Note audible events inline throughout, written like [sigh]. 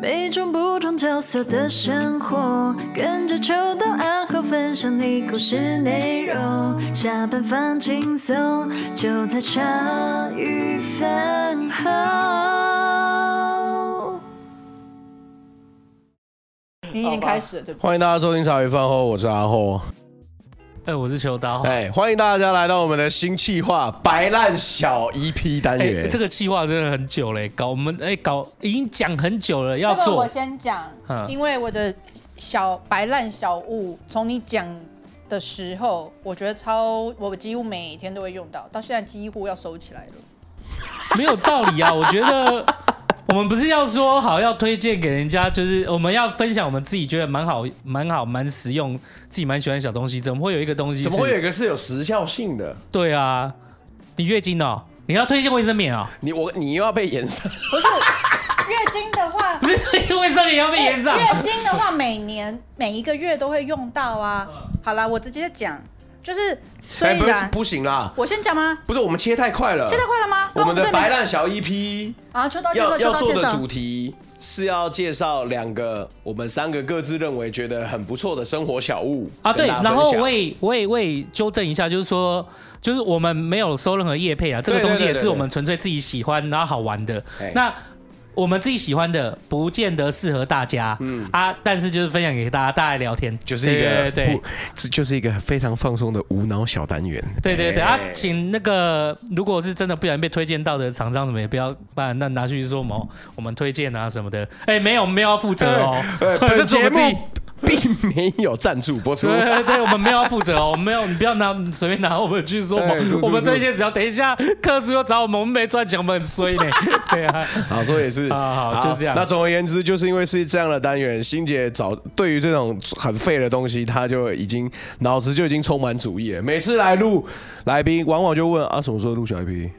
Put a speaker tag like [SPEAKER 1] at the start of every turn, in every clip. [SPEAKER 1] 每种不同角色的生活，跟着秋到暗号分享你故事内容。下班放轻松，就在茶余饭后。
[SPEAKER 2] 你已经开始了，对不对？
[SPEAKER 3] 欢迎大家收听茶余饭后，我是阿后。
[SPEAKER 4] 哎，我是邱刀。哎，
[SPEAKER 3] 哎，欢迎大家来到我们的新企划“白烂小 EP” 单元。
[SPEAKER 4] 哎这个计划真的很久嘞，搞我们哎搞已经讲很久了，要
[SPEAKER 2] 这个
[SPEAKER 4] 做
[SPEAKER 2] 我先讲，
[SPEAKER 4] 嗯
[SPEAKER 2] 因为我的小白烂小物，从你讲的时候，我觉得超，我几乎每天都会用到，到现在几乎要收起来了。
[SPEAKER 4] 没有道理
[SPEAKER 2] [laughs]
[SPEAKER 4] 啊！我觉得我们不是要说好要推荐给人家，就是我们要分享我们自己觉得蛮好、蛮好、蛮实用、自己蛮喜欢的小东西，怎么会有一个东西是？
[SPEAKER 3] 怎么会有一个是有时效性的？
[SPEAKER 4] 对啊，你月经哦，你要推荐卫生棉
[SPEAKER 3] [laughs]
[SPEAKER 4] 哦， [laughs]
[SPEAKER 3] 你我你又要被延上？
[SPEAKER 2] 不是月经的话
[SPEAKER 4] 不，是卫生棉要被延上。
[SPEAKER 2] 月经的话，每年每一个月都会用到啊。好啦，我直接讲，就是虽
[SPEAKER 3] 哎不是
[SPEAKER 2] 然、
[SPEAKER 3] 不行啦，
[SPEAKER 2] 我先讲吗？
[SPEAKER 3] 不是我们切太快了。
[SPEAKER 2] 现在快了吗？
[SPEAKER 3] 我们的
[SPEAKER 2] 这边
[SPEAKER 3] 白烂小 EP
[SPEAKER 2] 啊，秋刀介
[SPEAKER 3] 要
[SPEAKER 2] 绍，秋
[SPEAKER 3] 要
[SPEAKER 2] 刀
[SPEAKER 3] 做
[SPEAKER 2] 介
[SPEAKER 3] 的
[SPEAKER 2] 绍
[SPEAKER 3] 主。题是要介绍两个我们三个各自认为觉得很不错的生活小物
[SPEAKER 4] 啊，对，
[SPEAKER 3] 跟大家
[SPEAKER 4] 然后
[SPEAKER 3] 分享
[SPEAKER 4] 我也我也我也纠正一下，就是说，就是我们没有收任何业配啊，这个
[SPEAKER 3] 对对
[SPEAKER 4] 东西
[SPEAKER 3] 对
[SPEAKER 4] 也
[SPEAKER 3] 对
[SPEAKER 4] 是
[SPEAKER 3] 对
[SPEAKER 4] 我们纯粹自己喜欢然后好玩的
[SPEAKER 3] 哎。
[SPEAKER 4] 那我们自己喜欢的，不见得适合大家，嗯啊，但是就是分享给大家，大家来聊天，
[SPEAKER 3] 就是一个
[SPEAKER 4] 对对对
[SPEAKER 3] 不，这就是一个非常放松的无脑小单元。
[SPEAKER 4] 对对对啊
[SPEAKER 3] 哎，
[SPEAKER 4] 请那个如果是真的不小心被推荐到的厂商什么，也不要把那拿去说什么我们推荐啊什么的，哎，没有没有要负责哦，
[SPEAKER 3] 呃， [laughs]
[SPEAKER 4] 这
[SPEAKER 3] 本
[SPEAKER 4] [laughs] 是我
[SPEAKER 3] 节
[SPEAKER 4] 们自己
[SPEAKER 3] 目并没有赞助播出。 [laughs]
[SPEAKER 4] 对对对，我们没有要负责哦，我们没有，你不要拿随便拿我们去说我
[SPEAKER 3] 哎是
[SPEAKER 4] 们，
[SPEAKER 3] 是
[SPEAKER 4] 我们
[SPEAKER 3] 是
[SPEAKER 4] 推荐只要等一下客户又找我们，我们没赚钱，我们很衰
[SPEAKER 3] [laughs]
[SPEAKER 4] 呢。对啊，
[SPEAKER 3] 好，所以也是
[SPEAKER 4] 啊好就这样
[SPEAKER 3] 那总而言之，就是因为是这样的单元，欣姐早对于这种很废的东西，她就已经脑子就已经充满主意了。每次来录来宾，往往就问啊，什么时候录小 EP？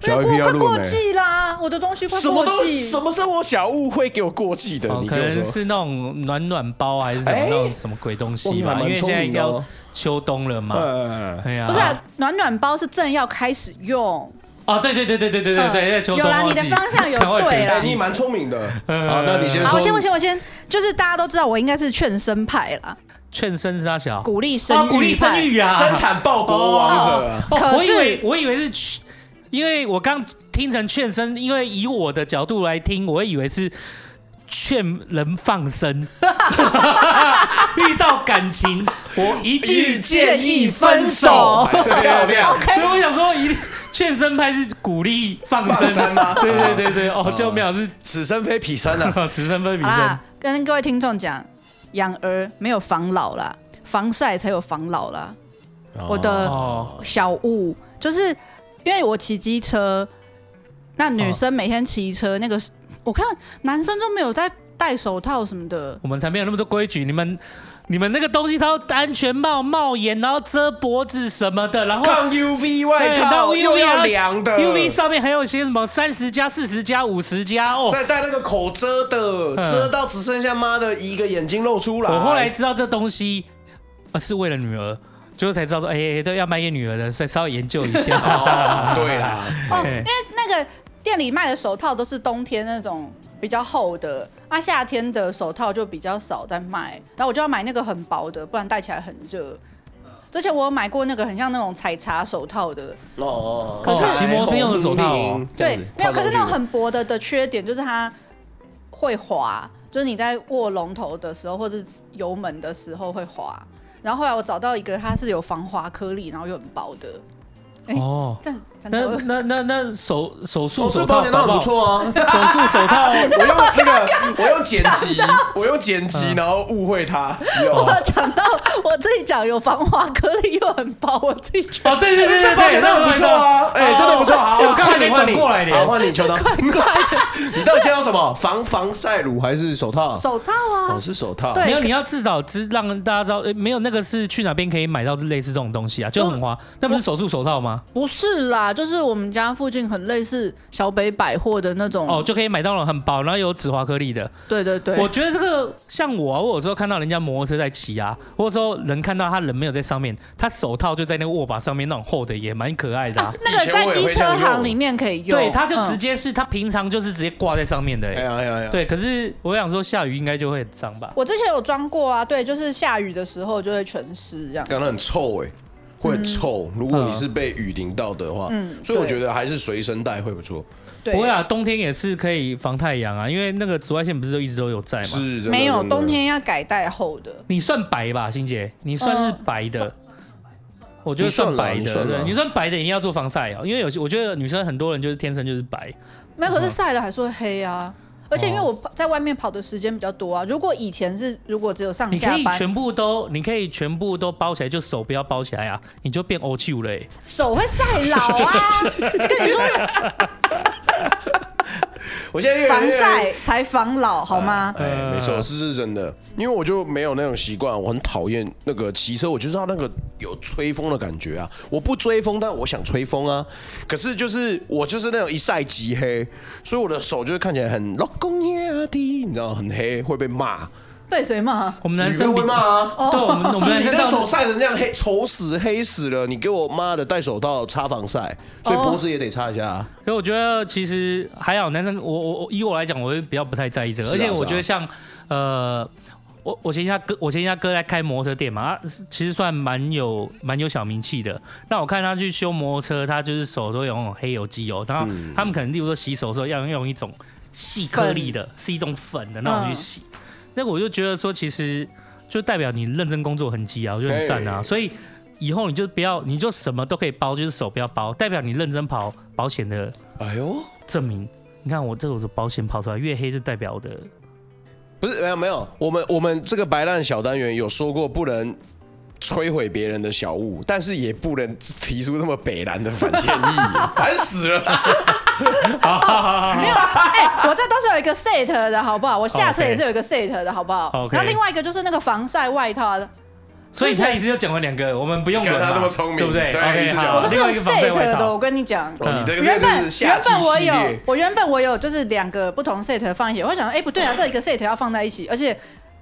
[SPEAKER 3] 小
[SPEAKER 2] 因
[SPEAKER 3] EP
[SPEAKER 2] 为
[SPEAKER 3] 要
[SPEAKER 2] 哎过快
[SPEAKER 3] 录
[SPEAKER 2] 过
[SPEAKER 3] 没？
[SPEAKER 2] 季啦，我的东西快
[SPEAKER 3] 什么
[SPEAKER 2] 过
[SPEAKER 3] 都
[SPEAKER 2] 季
[SPEAKER 3] 什。么生活小物会给我过季的？
[SPEAKER 4] 哦
[SPEAKER 3] 你
[SPEAKER 4] 可
[SPEAKER 3] 跟我
[SPEAKER 4] 能
[SPEAKER 3] 说。
[SPEAKER 4] 是那种暖暖包还是什么
[SPEAKER 3] 哎
[SPEAKER 4] 那种什么鬼东
[SPEAKER 3] 哇
[SPEAKER 4] 西
[SPEAKER 3] 你
[SPEAKER 4] 吧
[SPEAKER 3] 还，蛮
[SPEAKER 4] 因为现在
[SPEAKER 3] 聪明的哦
[SPEAKER 4] 要秋冬了嘛。
[SPEAKER 3] 呃，
[SPEAKER 4] 对啊，
[SPEAKER 2] 不是、啊、暖暖包是正要开始用，
[SPEAKER 4] 哦，对对对对对对对对，
[SPEAKER 2] 嗯
[SPEAKER 4] 在秋冬
[SPEAKER 2] 有啦
[SPEAKER 4] 忘
[SPEAKER 2] 你的
[SPEAKER 4] 记
[SPEAKER 2] 方向有
[SPEAKER 4] [laughs] 赶快
[SPEAKER 2] 对
[SPEAKER 4] 北
[SPEAKER 2] 啦
[SPEAKER 3] 哎
[SPEAKER 4] 极
[SPEAKER 3] 你蛮聪明的。 [laughs] 好，那你先
[SPEAKER 2] 好，
[SPEAKER 3] 说。
[SPEAKER 2] 我先我先我先，就是大家都知道我应该是劝生派啦，
[SPEAKER 4] 劝生是他小，
[SPEAKER 2] 鼓励生育、
[SPEAKER 4] 哦，鼓励生。育啊，
[SPEAKER 3] 生产报国王者啊。
[SPEAKER 4] 哦
[SPEAKER 2] 可
[SPEAKER 4] 我以
[SPEAKER 2] 是
[SPEAKER 4] 为我以为是去，因为我刚听成劝生，因为以我的角度来听，我以为是劝人放生。 [laughs] 遇到感情，我一律
[SPEAKER 2] [laughs]
[SPEAKER 4] 建议分
[SPEAKER 2] 哦
[SPEAKER 4] 手。
[SPEAKER 3] 漂亮。
[SPEAKER 4] 所以我想说，一律劝生派是鼓励放生
[SPEAKER 3] 放生吗
[SPEAKER 4] [laughs] 对对对对，哦，就没有是
[SPEAKER 3] 此生非彼生啊！
[SPEAKER 4] 此生非彼
[SPEAKER 2] 好
[SPEAKER 4] 生
[SPEAKER 2] 啦。，跟各位听众讲，养儿没有防老啦，防晒才有防老啦。我的
[SPEAKER 4] 哦，
[SPEAKER 2] 小物就是因为我骑机车，那女
[SPEAKER 4] 哦
[SPEAKER 2] 生每天骑车，那个我看男生都没有在戴手套什么的，
[SPEAKER 4] 我们才没有那么多规矩，你们。你们那个东西，它要安全帽、帽檐，然后遮脖子什么的，然后
[SPEAKER 3] 抗 UV 外
[SPEAKER 4] 对，到
[SPEAKER 3] 套
[SPEAKER 4] UV
[SPEAKER 3] 又要
[SPEAKER 4] 还
[SPEAKER 3] 凉的
[SPEAKER 4] UV 上面还有些什么三十加、四十加、五十加哦。
[SPEAKER 3] 再戴那个口遮的，遮到只剩下妈的一个眼睛露出来。
[SPEAKER 4] 我后来知道这东西、呃、是为了女儿，最后才知道说，哎、对，要卖给女儿的，再稍微研究一下。
[SPEAKER 3] 哦，对啦，
[SPEAKER 2] 哦，
[SPEAKER 4] 对
[SPEAKER 2] 因为那个店里卖的手套都是冬天那种比较厚的，啊，夏天的手套就比较少在卖，然后我就要买那个很薄的，不然戴起来很热。之前我有买过那个很像那种采茶手套的，
[SPEAKER 3] 哦，
[SPEAKER 2] 可是
[SPEAKER 4] 骑摩托车用的手套哦
[SPEAKER 2] 对，没有。可是那种
[SPEAKER 3] 很
[SPEAKER 2] 很薄的的缺点就是它会滑，就是你在握龙头的时候或者油门的时候会滑。然后后来我找到一个它是有防滑颗粒，然后又很薄的，哎
[SPEAKER 4] 哦，
[SPEAKER 2] 这样这
[SPEAKER 4] 那
[SPEAKER 2] 样才会
[SPEAKER 4] 那那那手手
[SPEAKER 3] 手
[SPEAKER 4] 术手
[SPEAKER 3] 术
[SPEAKER 4] 套
[SPEAKER 3] 保险都很不
[SPEAKER 4] 搞
[SPEAKER 3] 错啊。
[SPEAKER 4] 不好，手术手套
[SPEAKER 3] 我用那个，我用剪辑，我用剪辑，然后误会他。有
[SPEAKER 2] 我 [laughs] 讲到我自己讲有防滑颗粒又很薄，我自己觉
[SPEAKER 4] 哦，对对对
[SPEAKER 3] 这
[SPEAKER 4] 对
[SPEAKER 3] 保险
[SPEAKER 4] 对，
[SPEAKER 3] 都很不错啊，哎，真的不错。好，
[SPEAKER 4] 我刚才没
[SPEAKER 3] 你
[SPEAKER 4] 转过来
[SPEAKER 3] 好，
[SPEAKER 4] 的。
[SPEAKER 3] 换你秋刀。你到底介绍什么？防防晒乳还是手套
[SPEAKER 2] 得？手套
[SPEAKER 3] 哦，
[SPEAKER 2] 啊，
[SPEAKER 3] 是手套。
[SPEAKER 2] 对
[SPEAKER 4] 没有，你要至少知让大家知道，哎没有那个是去哪边可以买到类似这种东西啊，就很滑。那不是手术手套吗？
[SPEAKER 2] 不是啦，啦，就是我们家附近很类似小北百货的那种。
[SPEAKER 4] 哦，就可以买到那种很薄，然后有紫华颗粒的。
[SPEAKER 2] 对对嗯对，
[SPEAKER 4] 我觉得这个像我、啊，我有时候看到人家摩托车在骑啊，或者说人看到他人没有在上面，他手套就在那个握把上面那种厚的，也蛮可爱
[SPEAKER 2] [laughs]
[SPEAKER 4] 的、啊。
[SPEAKER 2] 啊那个在机车行里面可以用。
[SPEAKER 4] 对，他就直
[SPEAKER 2] 嗯
[SPEAKER 4] 接是、他平常就是直接挂在上面的、欸。
[SPEAKER 2] 啊
[SPEAKER 3] 哎呀哎呀哎呀！
[SPEAKER 4] 对，可是我想说下雨应该就会很脏吧。
[SPEAKER 2] 我之前有装过啊，对，就是下雨的时候就会全湿这样。
[SPEAKER 3] 感到很臭哎、会很臭。如果你是被雨淋到的话，
[SPEAKER 2] 嗯
[SPEAKER 3] 所以我觉
[SPEAKER 2] 对
[SPEAKER 3] 得还是随身带会不错。
[SPEAKER 2] 对，
[SPEAKER 4] 不会啊，冬天也是可以防太阳啊，因为那个紫外线不是都一直都有在吗？
[SPEAKER 3] 是，真的
[SPEAKER 2] 没有
[SPEAKER 3] 真的
[SPEAKER 2] 冬天要改带厚的。
[SPEAKER 4] 你算白吧，欣姐，你算是白的。我觉得算白
[SPEAKER 3] 你
[SPEAKER 4] 的，
[SPEAKER 3] 算啦你算啦
[SPEAKER 4] 对，你算白的，一定要做防晒哦，因为有些我觉得女生很多人就是天生就是白，
[SPEAKER 2] 没
[SPEAKER 4] 嗯
[SPEAKER 2] 有，可是晒了还是会黑啊。而且因为
[SPEAKER 4] 哦
[SPEAKER 2] 我在外面跑的时间比较多啊，如果以前是如果只有上
[SPEAKER 4] 你可
[SPEAKER 2] 下
[SPEAKER 4] 以
[SPEAKER 2] 班，
[SPEAKER 4] 全部都，你可以全部都包起来，就手不要包起来啊，你就变 O 七五了欸、
[SPEAKER 2] 手会晒老
[SPEAKER 4] [laughs]
[SPEAKER 2] 啊。就跟你说，
[SPEAKER 3] 我现在越来
[SPEAKER 2] 防
[SPEAKER 3] 越
[SPEAKER 2] 晒才防老好
[SPEAKER 4] 啊
[SPEAKER 2] 吗？
[SPEAKER 4] 呃
[SPEAKER 3] 哎，没错，是是真的，因为我就没有那种习惯，我很讨厌那个骑车，我就知道那个有吹风的感觉啊。我不追风，但我想吹风啊。可是就是我就是那种一晒即黑，所以我的手就会看起来很老公呀的，你知道很黑会被骂，
[SPEAKER 2] 被谁骂？
[SPEAKER 4] 我们男
[SPEAKER 3] 女
[SPEAKER 4] 生
[SPEAKER 3] 生
[SPEAKER 4] 比
[SPEAKER 3] 会骂啊。
[SPEAKER 4] 对，我们我们
[SPEAKER 3] 就是 [laughs] 你
[SPEAKER 4] 男生
[SPEAKER 3] 的
[SPEAKER 4] 到
[SPEAKER 3] 手晒成这样黑，丑死黑死了！你给我妈的戴手套擦防晒，所以脖子也得擦一下啊。
[SPEAKER 4] 可我觉得其实还好，男生我我我以我来讲，我会比较不太在意这个，
[SPEAKER 3] 是啊
[SPEAKER 4] 而且
[SPEAKER 3] 是
[SPEAKER 4] 我
[SPEAKER 3] 啊
[SPEAKER 4] 觉得像呃，我我前一下哥，我前一下哥在开摩托车店嘛，他其实算蛮有蛮有小名气的。那我看他去修摩托车，他就是手都有那种黑油机哦油，然后
[SPEAKER 3] 嗯
[SPEAKER 4] 他们可能例如说洗手的时候要用一种细颗粒的，是一种粉的那种去洗。
[SPEAKER 3] 嗯
[SPEAKER 4] 那个我就觉得说，其实就代表你认真工作痕迹啊，我觉得很赞啊。
[SPEAKER 3] 嘿
[SPEAKER 4] 所以以后你就不要，你就什么都可以包，就是手不要包，代表你认真跑保险的。
[SPEAKER 3] 哎呦，
[SPEAKER 4] 证明。你看我这个我的保险跑出来，越黑就代表我的
[SPEAKER 3] 不是没有没有，我们我们这个白烂小单元有说过不能摧毁别人的小物，但是也不能提出那么北蓝的反建议，烦死了。
[SPEAKER 2] 哎，我这都是有一个 set 的好不好？我下车
[SPEAKER 4] OK
[SPEAKER 2] 也是有一个 set 的好不好
[SPEAKER 4] OK 哦
[SPEAKER 2] 然后另外一个就是那个防晒外套啊，
[SPEAKER 4] 所以
[SPEAKER 2] 之前
[SPEAKER 4] 他一次就讲了两个，我们不用
[SPEAKER 3] 看
[SPEAKER 4] 轮
[SPEAKER 3] 他
[SPEAKER 4] 嘛
[SPEAKER 3] 那么聪明
[SPEAKER 4] 对不对
[SPEAKER 3] 对一
[SPEAKER 4] ？OK，
[SPEAKER 3] 次
[SPEAKER 4] 好，
[SPEAKER 3] 讲
[SPEAKER 2] 我都是
[SPEAKER 4] 另
[SPEAKER 2] 有
[SPEAKER 4] 外一个防晒
[SPEAKER 2] set
[SPEAKER 4] 外
[SPEAKER 2] 的，
[SPEAKER 4] 套
[SPEAKER 2] 我跟你讲。
[SPEAKER 3] 哦，你这个
[SPEAKER 2] 原
[SPEAKER 3] 真的是
[SPEAKER 2] 本
[SPEAKER 3] 夏
[SPEAKER 2] 原
[SPEAKER 3] 季
[SPEAKER 2] 本我
[SPEAKER 3] 系
[SPEAKER 2] 有
[SPEAKER 3] 列，
[SPEAKER 2] 我原本我有就是两个不同 set 放一起，我想哎、不对啊，这一个 set 要放在一起，而且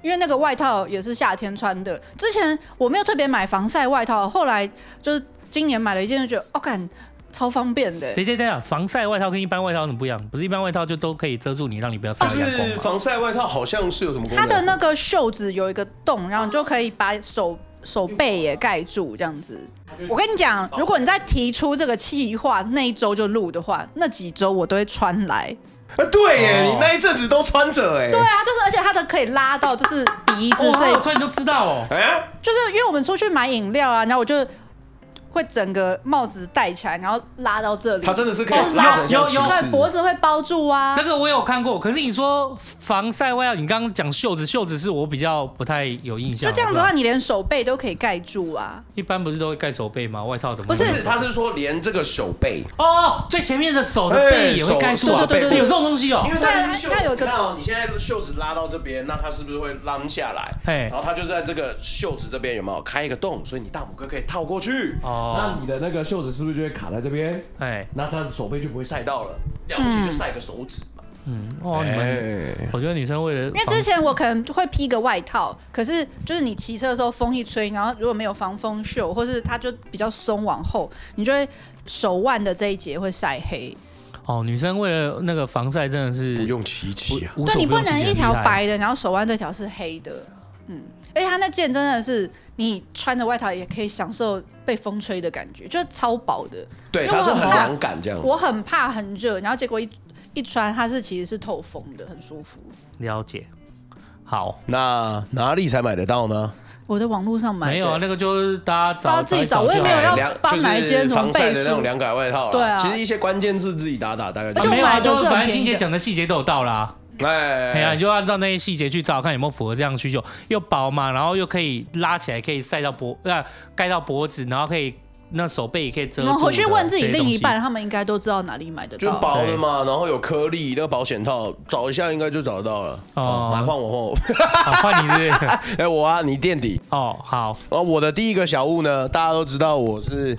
[SPEAKER 2] 因为那个外套也是夏天穿的，之前我没有特别买防晒外套，后来就是今年买了一件，就觉得哦，感超方便的、
[SPEAKER 4] 对对对啊，防晒外套跟一般外套有什么不一样？不是一般外套就都可以遮住你，让你不要晒
[SPEAKER 3] 就
[SPEAKER 4] 到阳光
[SPEAKER 3] 是
[SPEAKER 4] 嘛？
[SPEAKER 3] 防晒外套好像是有什么功
[SPEAKER 2] 它
[SPEAKER 3] 能？
[SPEAKER 2] 的那个袖子有一个洞，然后你就可以把手手背也盖住，这样子。我跟你讲，如果你在提出这个计划那一周就录的话，那几周我都会穿来。
[SPEAKER 3] 啊，对耶，
[SPEAKER 4] 哦
[SPEAKER 3] 你那一阵子都穿着哎，
[SPEAKER 2] 对啊，就是而且它的可以拉到就是鼻子
[SPEAKER 4] 哦，
[SPEAKER 2] 这一
[SPEAKER 4] 我突然就知道哦。
[SPEAKER 3] 哎，
[SPEAKER 2] [laughs] 就是因为我们出去买饮料啊，然后我就会整个帽子戴起来，然后拉到这里，
[SPEAKER 3] 它真的是可以
[SPEAKER 2] 哦
[SPEAKER 3] 拉成
[SPEAKER 4] 有
[SPEAKER 3] 像
[SPEAKER 4] 有
[SPEAKER 3] 骑士
[SPEAKER 2] 对脖子会包住啊
[SPEAKER 4] 那。个我有看过，可是你说防晒外套，你刚刚讲袖子，袖子是我比较不太有印象。
[SPEAKER 2] 就这样子的话，
[SPEAKER 4] 我不知道，
[SPEAKER 2] 你连手背都可以盖住啊。
[SPEAKER 4] 一般不是都会盖手背吗？外套怎
[SPEAKER 2] 不
[SPEAKER 3] 不
[SPEAKER 4] 么
[SPEAKER 2] 是
[SPEAKER 3] 是，他是说连这个手背，
[SPEAKER 4] 哦，最前面的手的背也会盖住啊，
[SPEAKER 2] 哎手对对对对
[SPEAKER 4] 有这种东西哦
[SPEAKER 3] 因。为它
[SPEAKER 2] 对
[SPEAKER 3] 是袖
[SPEAKER 2] 它
[SPEAKER 3] 子，
[SPEAKER 2] 有
[SPEAKER 3] 你
[SPEAKER 2] 一个
[SPEAKER 3] 看哦，你现在袖子拉到这边，那它是不是会啷下来？
[SPEAKER 4] 嘿
[SPEAKER 3] 然后它就在这个袖子这边有没有开一个洞，所以你大拇哥可以套过去。
[SPEAKER 4] 哦
[SPEAKER 3] 那你的那个袖子是不是就会卡在这边？
[SPEAKER 4] 哎，
[SPEAKER 3] 那他的手背就不会晒到了，
[SPEAKER 2] 嗯
[SPEAKER 3] 了不起就晒个手指嘛。
[SPEAKER 4] 嗯，哦，你们
[SPEAKER 3] 哎
[SPEAKER 4] 我觉得女生为了因
[SPEAKER 2] 因为之前我可能会披个外套，可是就是你骑车的时候风一吹，然后如果没有防风袖，或是它就比较松往后，你就会手腕的这一节会晒黑。
[SPEAKER 4] 哦，女生为了那个防晒真的是
[SPEAKER 3] 不用骑骑啊，
[SPEAKER 4] 无
[SPEAKER 2] 对
[SPEAKER 4] 所
[SPEAKER 2] 你
[SPEAKER 4] 不
[SPEAKER 2] 不
[SPEAKER 4] 用其
[SPEAKER 2] 能
[SPEAKER 4] 极
[SPEAKER 2] 一
[SPEAKER 4] 很厉
[SPEAKER 2] 条
[SPEAKER 4] 害
[SPEAKER 2] 白的，然后手腕这条是黑的，嗯，而且它那件真的是你穿着外套也可以享受被风吹的感觉，就是超薄的。
[SPEAKER 3] 对，
[SPEAKER 2] 因为
[SPEAKER 3] 他
[SPEAKER 2] 我
[SPEAKER 3] 是很
[SPEAKER 2] 怕
[SPEAKER 3] 凉感这样子。
[SPEAKER 2] 我很怕很热，然后结果一一穿它是其实是透风的，很舒服。
[SPEAKER 4] 了解。好，
[SPEAKER 3] 那哪里才买得到呢？
[SPEAKER 2] 我在网络上买的
[SPEAKER 4] 没有啊，那个就是大
[SPEAKER 2] 大
[SPEAKER 4] 家找
[SPEAKER 2] 家自己找
[SPEAKER 4] 就
[SPEAKER 2] 我也没有
[SPEAKER 4] 好
[SPEAKER 2] 要
[SPEAKER 4] 了
[SPEAKER 3] 凉
[SPEAKER 2] 帮哪一间
[SPEAKER 3] 就是
[SPEAKER 2] 什么
[SPEAKER 3] 防晒的
[SPEAKER 2] 倍
[SPEAKER 3] 那种
[SPEAKER 2] 数
[SPEAKER 3] 凉感外套啦
[SPEAKER 2] 对啊
[SPEAKER 3] 其实一些关键字自己打打，大概
[SPEAKER 2] 而
[SPEAKER 3] 就
[SPEAKER 2] 且
[SPEAKER 4] 啊没有啊，
[SPEAKER 2] 我买的
[SPEAKER 4] 就
[SPEAKER 2] 都
[SPEAKER 4] 是
[SPEAKER 2] 是很
[SPEAKER 4] 反正
[SPEAKER 2] 便宜
[SPEAKER 4] 欣姐
[SPEAKER 2] 的
[SPEAKER 4] 讲的细节都有到啦。
[SPEAKER 3] 哎
[SPEAKER 4] 哎呀，你就按照那些细节去找，看有没有符合这样的需求，又薄嘛，然后又可以拉起来，可以晒到脖，呃，盖到脖子，然后可以那手背也可以遮
[SPEAKER 2] 你
[SPEAKER 4] 住。
[SPEAKER 2] 们回去问自己另一半，，他们应该都知道哪里买得
[SPEAKER 3] 就是
[SPEAKER 2] 到。
[SPEAKER 3] 薄的嘛，然后有颗粒，那个保险套找一下应该就找得到了。
[SPEAKER 4] 哦
[SPEAKER 3] 哦， [laughs] 来换我换我，
[SPEAKER 4] 好啊换你是不是
[SPEAKER 3] 哎我啊，你垫底。
[SPEAKER 4] 哦，好，
[SPEAKER 3] 然后我的第一个小物呢，大家都知道我是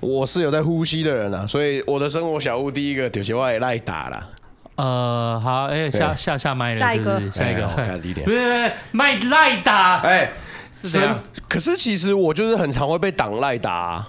[SPEAKER 3] 我是有在呼吸的人啊，所以我的生活小屋第一个就是我的赖打啦。
[SPEAKER 4] 呃，好，哎、下下下麦了，
[SPEAKER 2] 下一
[SPEAKER 4] 是不是
[SPEAKER 2] 个
[SPEAKER 4] 下一个，
[SPEAKER 3] 哎我看你脸
[SPEAKER 4] [laughs] 不是不是麦赖打，
[SPEAKER 3] 哎，
[SPEAKER 4] 是这样，
[SPEAKER 3] 真可是其实我就是很常会被挡赖打啊，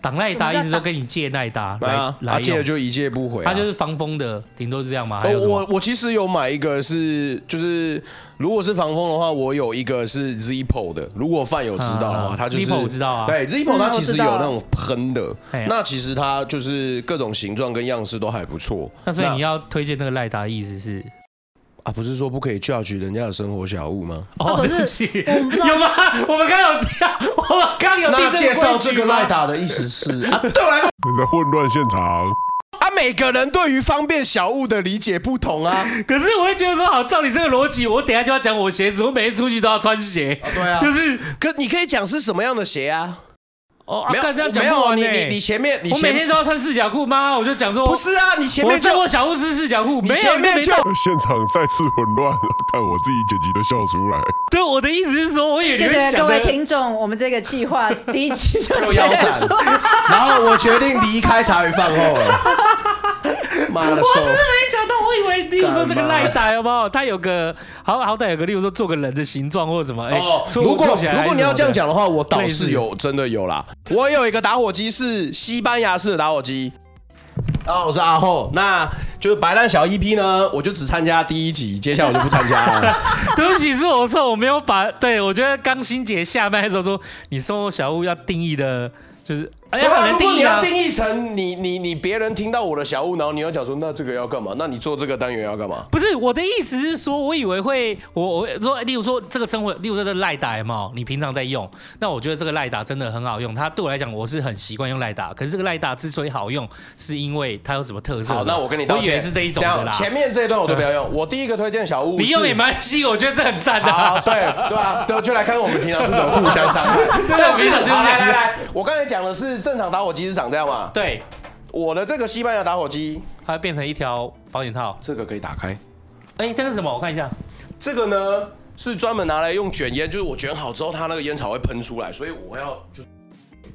[SPEAKER 4] 挡赖打
[SPEAKER 2] 什么叫
[SPEAKER 4] 一直都跟你借赖打来
[SPEAKER 3] 啊，他
[SPEAKER 4] 来
[SPEAKER 3] 借了
[SPEAKER 4] 用，
[SPEAKER 3] 就一借不回啊，
[SPEAKER 4] 他就是防风的，顶多是这样嘛，还
[SPEAKER 3] 哦
[SPEAKER 4] 有什
[SPEAKER 3] 我
[SPEAKER 4] 么？
[SPEAKER 3] 我其实有买一个是，就是如果是防风的话，我有一个是 Zippo 的。如果饭有知道的话，
[SPEAKER 4] 啊
[SPEAKER 3] 它就是
[SPEAKER 4] Zippo 我知道啊
[SPEAKER 3] 对 Zippo
[SPEAKER 2] 嗯
[SPEAKER 3] 它其实
[SPEAKER 2] 我知
[SPEAKER 3] 有
[SPEAKER 2] 道
[SPEAKER 3] 那种喷的
[SPEAKER 4] 哎呀，
[SPEAKER 3] 那其实它就是各种形状跟样式都还不错。
[SPEAKER 4] 那所以你要推荐那个赖打，意思是？
[SPEAKER 3] 啊，不是说不可以 judge 人家的生活小物吗？
[SPEAKER 2] 啊可是
[SPEAKER 4] 哦对不起
[SPEAKER 2] 我们不知道
[SPEAKER 4] 有吗？我们刚有 [laughs] 跳，我们刚有定规矩吗
[SPEAKER 3] 达的意思是啊，对我来说
[SPEAKER 5] 你在混乱现场。
[SPEAKER 3] 啊，每个人对于方便小物的理解不同啊。
[SPEAKER 4] 可是我会觉得说，好，照你这个逻辑，我等一下就要讲我鞋子，我每次出去都要穿鞋，
[SPEAKER 3] 对啊就
[SPEAKER 4] 就是
[SPEAKER 3] 可你可以讲是什么样的鞋啊？
[SPEAKER 4] 哦，啊
[SPEAKER 3] 没有
[SPEAKER 4] 干这样讲
[SPEAKER 3] 没有
[SPEAKER 4] 不
[SPEAKER 3] 啊
[SPEAKER 4] 完
[SPEAKER 3] 你
[SPEAKER 4] 呢。
[SPEAKER 3] 你你前面你
[SPEAKER 4] 我每
[SPEAKER 3] 前
[SPEAKER 4] 天都要穿四角裤吗？我就讲说，
[SPEAKER 3] 不是啊，你前
[SPEAKER 4] 我
[SPEAKER 3] 面
[SPEAKER 4] 穿
[SPEAKER 3] 就
[SPEAKER 4] 过小护士四角裤，
[SPEAKER 3] 你
[SPEAKER 4] 没有，
[SPEAKER 3] 前面
[SPEAKER 4] 没
[SPEAKER 3] 就
[SPEAKER 4] 到
[SPEAKER 5] 现场再次混乱，看我自己剪辑都笑出来。
[SPEAKER 4] 对我的意思是说，我以为你
[SPEAKER 2] [laughs] 谢
[SPEAKER 4] 会
[SPEAKER 2] 谢
[SPEAKER 4] 讲
[SPEAKER 2] 各位
[SPEAKER 4] 的。
[SPEAKER 2] 听众，我们这个计
[SPEAKER 4] [laughs]
[SPEAKER 2] 划第一期就
[SPEAKER 3] 就
[SPEAKER 2] 结
[SPEAKER 3] 腰斩
[SPEAKER 2] 束。
[SPEAKER 3] 然后我决定离开茶余饭后
[SPEAKER 4] [laughs]
[SPEAKER 3] 了。妈的
[SPEAKER 4] 我
[SPEAKER 3] 受
[SPEAKER 4] 真的！没想到，我以为，例如说这
[SPEAKER 3] 干
[SPEAKER 4] 个
[SPEAKER 3] 嘛
[SPEAKER 4] 赖打有没有？它有个好好歹有个，例如说做个人的形状或者什么。哎
[SPEAKER 3] 哦，，
[SPEAKER 4] 错
[SPEAKER 3] 如果
[SPEAKER 4] 错起来
[SPEAKER 3] 如果你要这样
[SPEAKER 4] [laughs]
[SPEAKER 3] 讲的话，我倒
[SPEAKER 4] 类
[SPEAKER 3] 是
[SPEAKER 4] 似
[SPEAKER 3] 有真的有啦。我有一个打火机是西班牙式的打火机。然后我是阿后，那就是白烂小 EP 呢，我就只参加第一集，接下来我就不参加了。
[SPEAKER 4] 对不起，是我的错，我没有把。对，我觉得刚欣姐下麦的时候说，你送我小物要定义的，就是 [laughs] 哎，
[SPEAKER 3] 对
[SPEAKER 4] 很
[SPEAKER 3] 啊如
[SPEAKER 4] 难
[SPEAKER 3] 果
[SPEAKER 4] 定
[SPEAKER 3] 你
[SPEAKER 4] 义
[SPEAKER 3] 要
[SPEAKER 4] 啊。
[SPEAKER 3] 定义成你你你别人听到我的小物，然后你要讲说那这个要干嘛？那你做这个单元要干嘛？
[SPEAKER 4] 不是我的意思是说，我以为会，我我说，例如说这个生活，例如说这个赖打有没有？你平常在用，那我觉得这个赖打真的很好用。它对我来讲，我是很习惯用赖打。可是这个赖打之所以好用，是因为它有什么特色？
[SPEAKER 3] 好，那我跟你道
[SPEAKER 4] 我
[SPEAKER 3] 歉。
[SPEAKER 4] 以为是这一种的
[SPEAKER 3] 等
[SPEAKER 4] 啦
[SPEAKER 3] 下。前面这一段我都不要
[SPEAKER 4] [laughs]
[SPEAKER 3] 用，我第一个推荐小物，
[SPEAKER 4] 你用也没关系，我觉得这很赞的、
[SPEAKER 3] 好，对对啊，对，就来看看我们平常是怎么互相伤
[SPEAKER 4] [laughs]
[SPEAKER 3] 害。但是
[SPEAKER 4] 啊平常就是这
[SPEAKER 3] 好来
[SPEAKER 4] 样
[SPEAKER 3] 来来，我刚才讲的是正常打火机是长这样嘛？
[SPEAKER 4] 对，
[SPEAKER 3] 我的这个西班牙打火机，
[SPEAKER 4] 它会变成一条保险套。
[SPEAKER 3] 这个可以打开，
[SPEAKER 4] 哎、这个是什么？我看一下。
[SPEAKER 3] 这个呢是专门拿来用卷烟，就是我卷好之后，它那个烟草会喷出来，所以我要就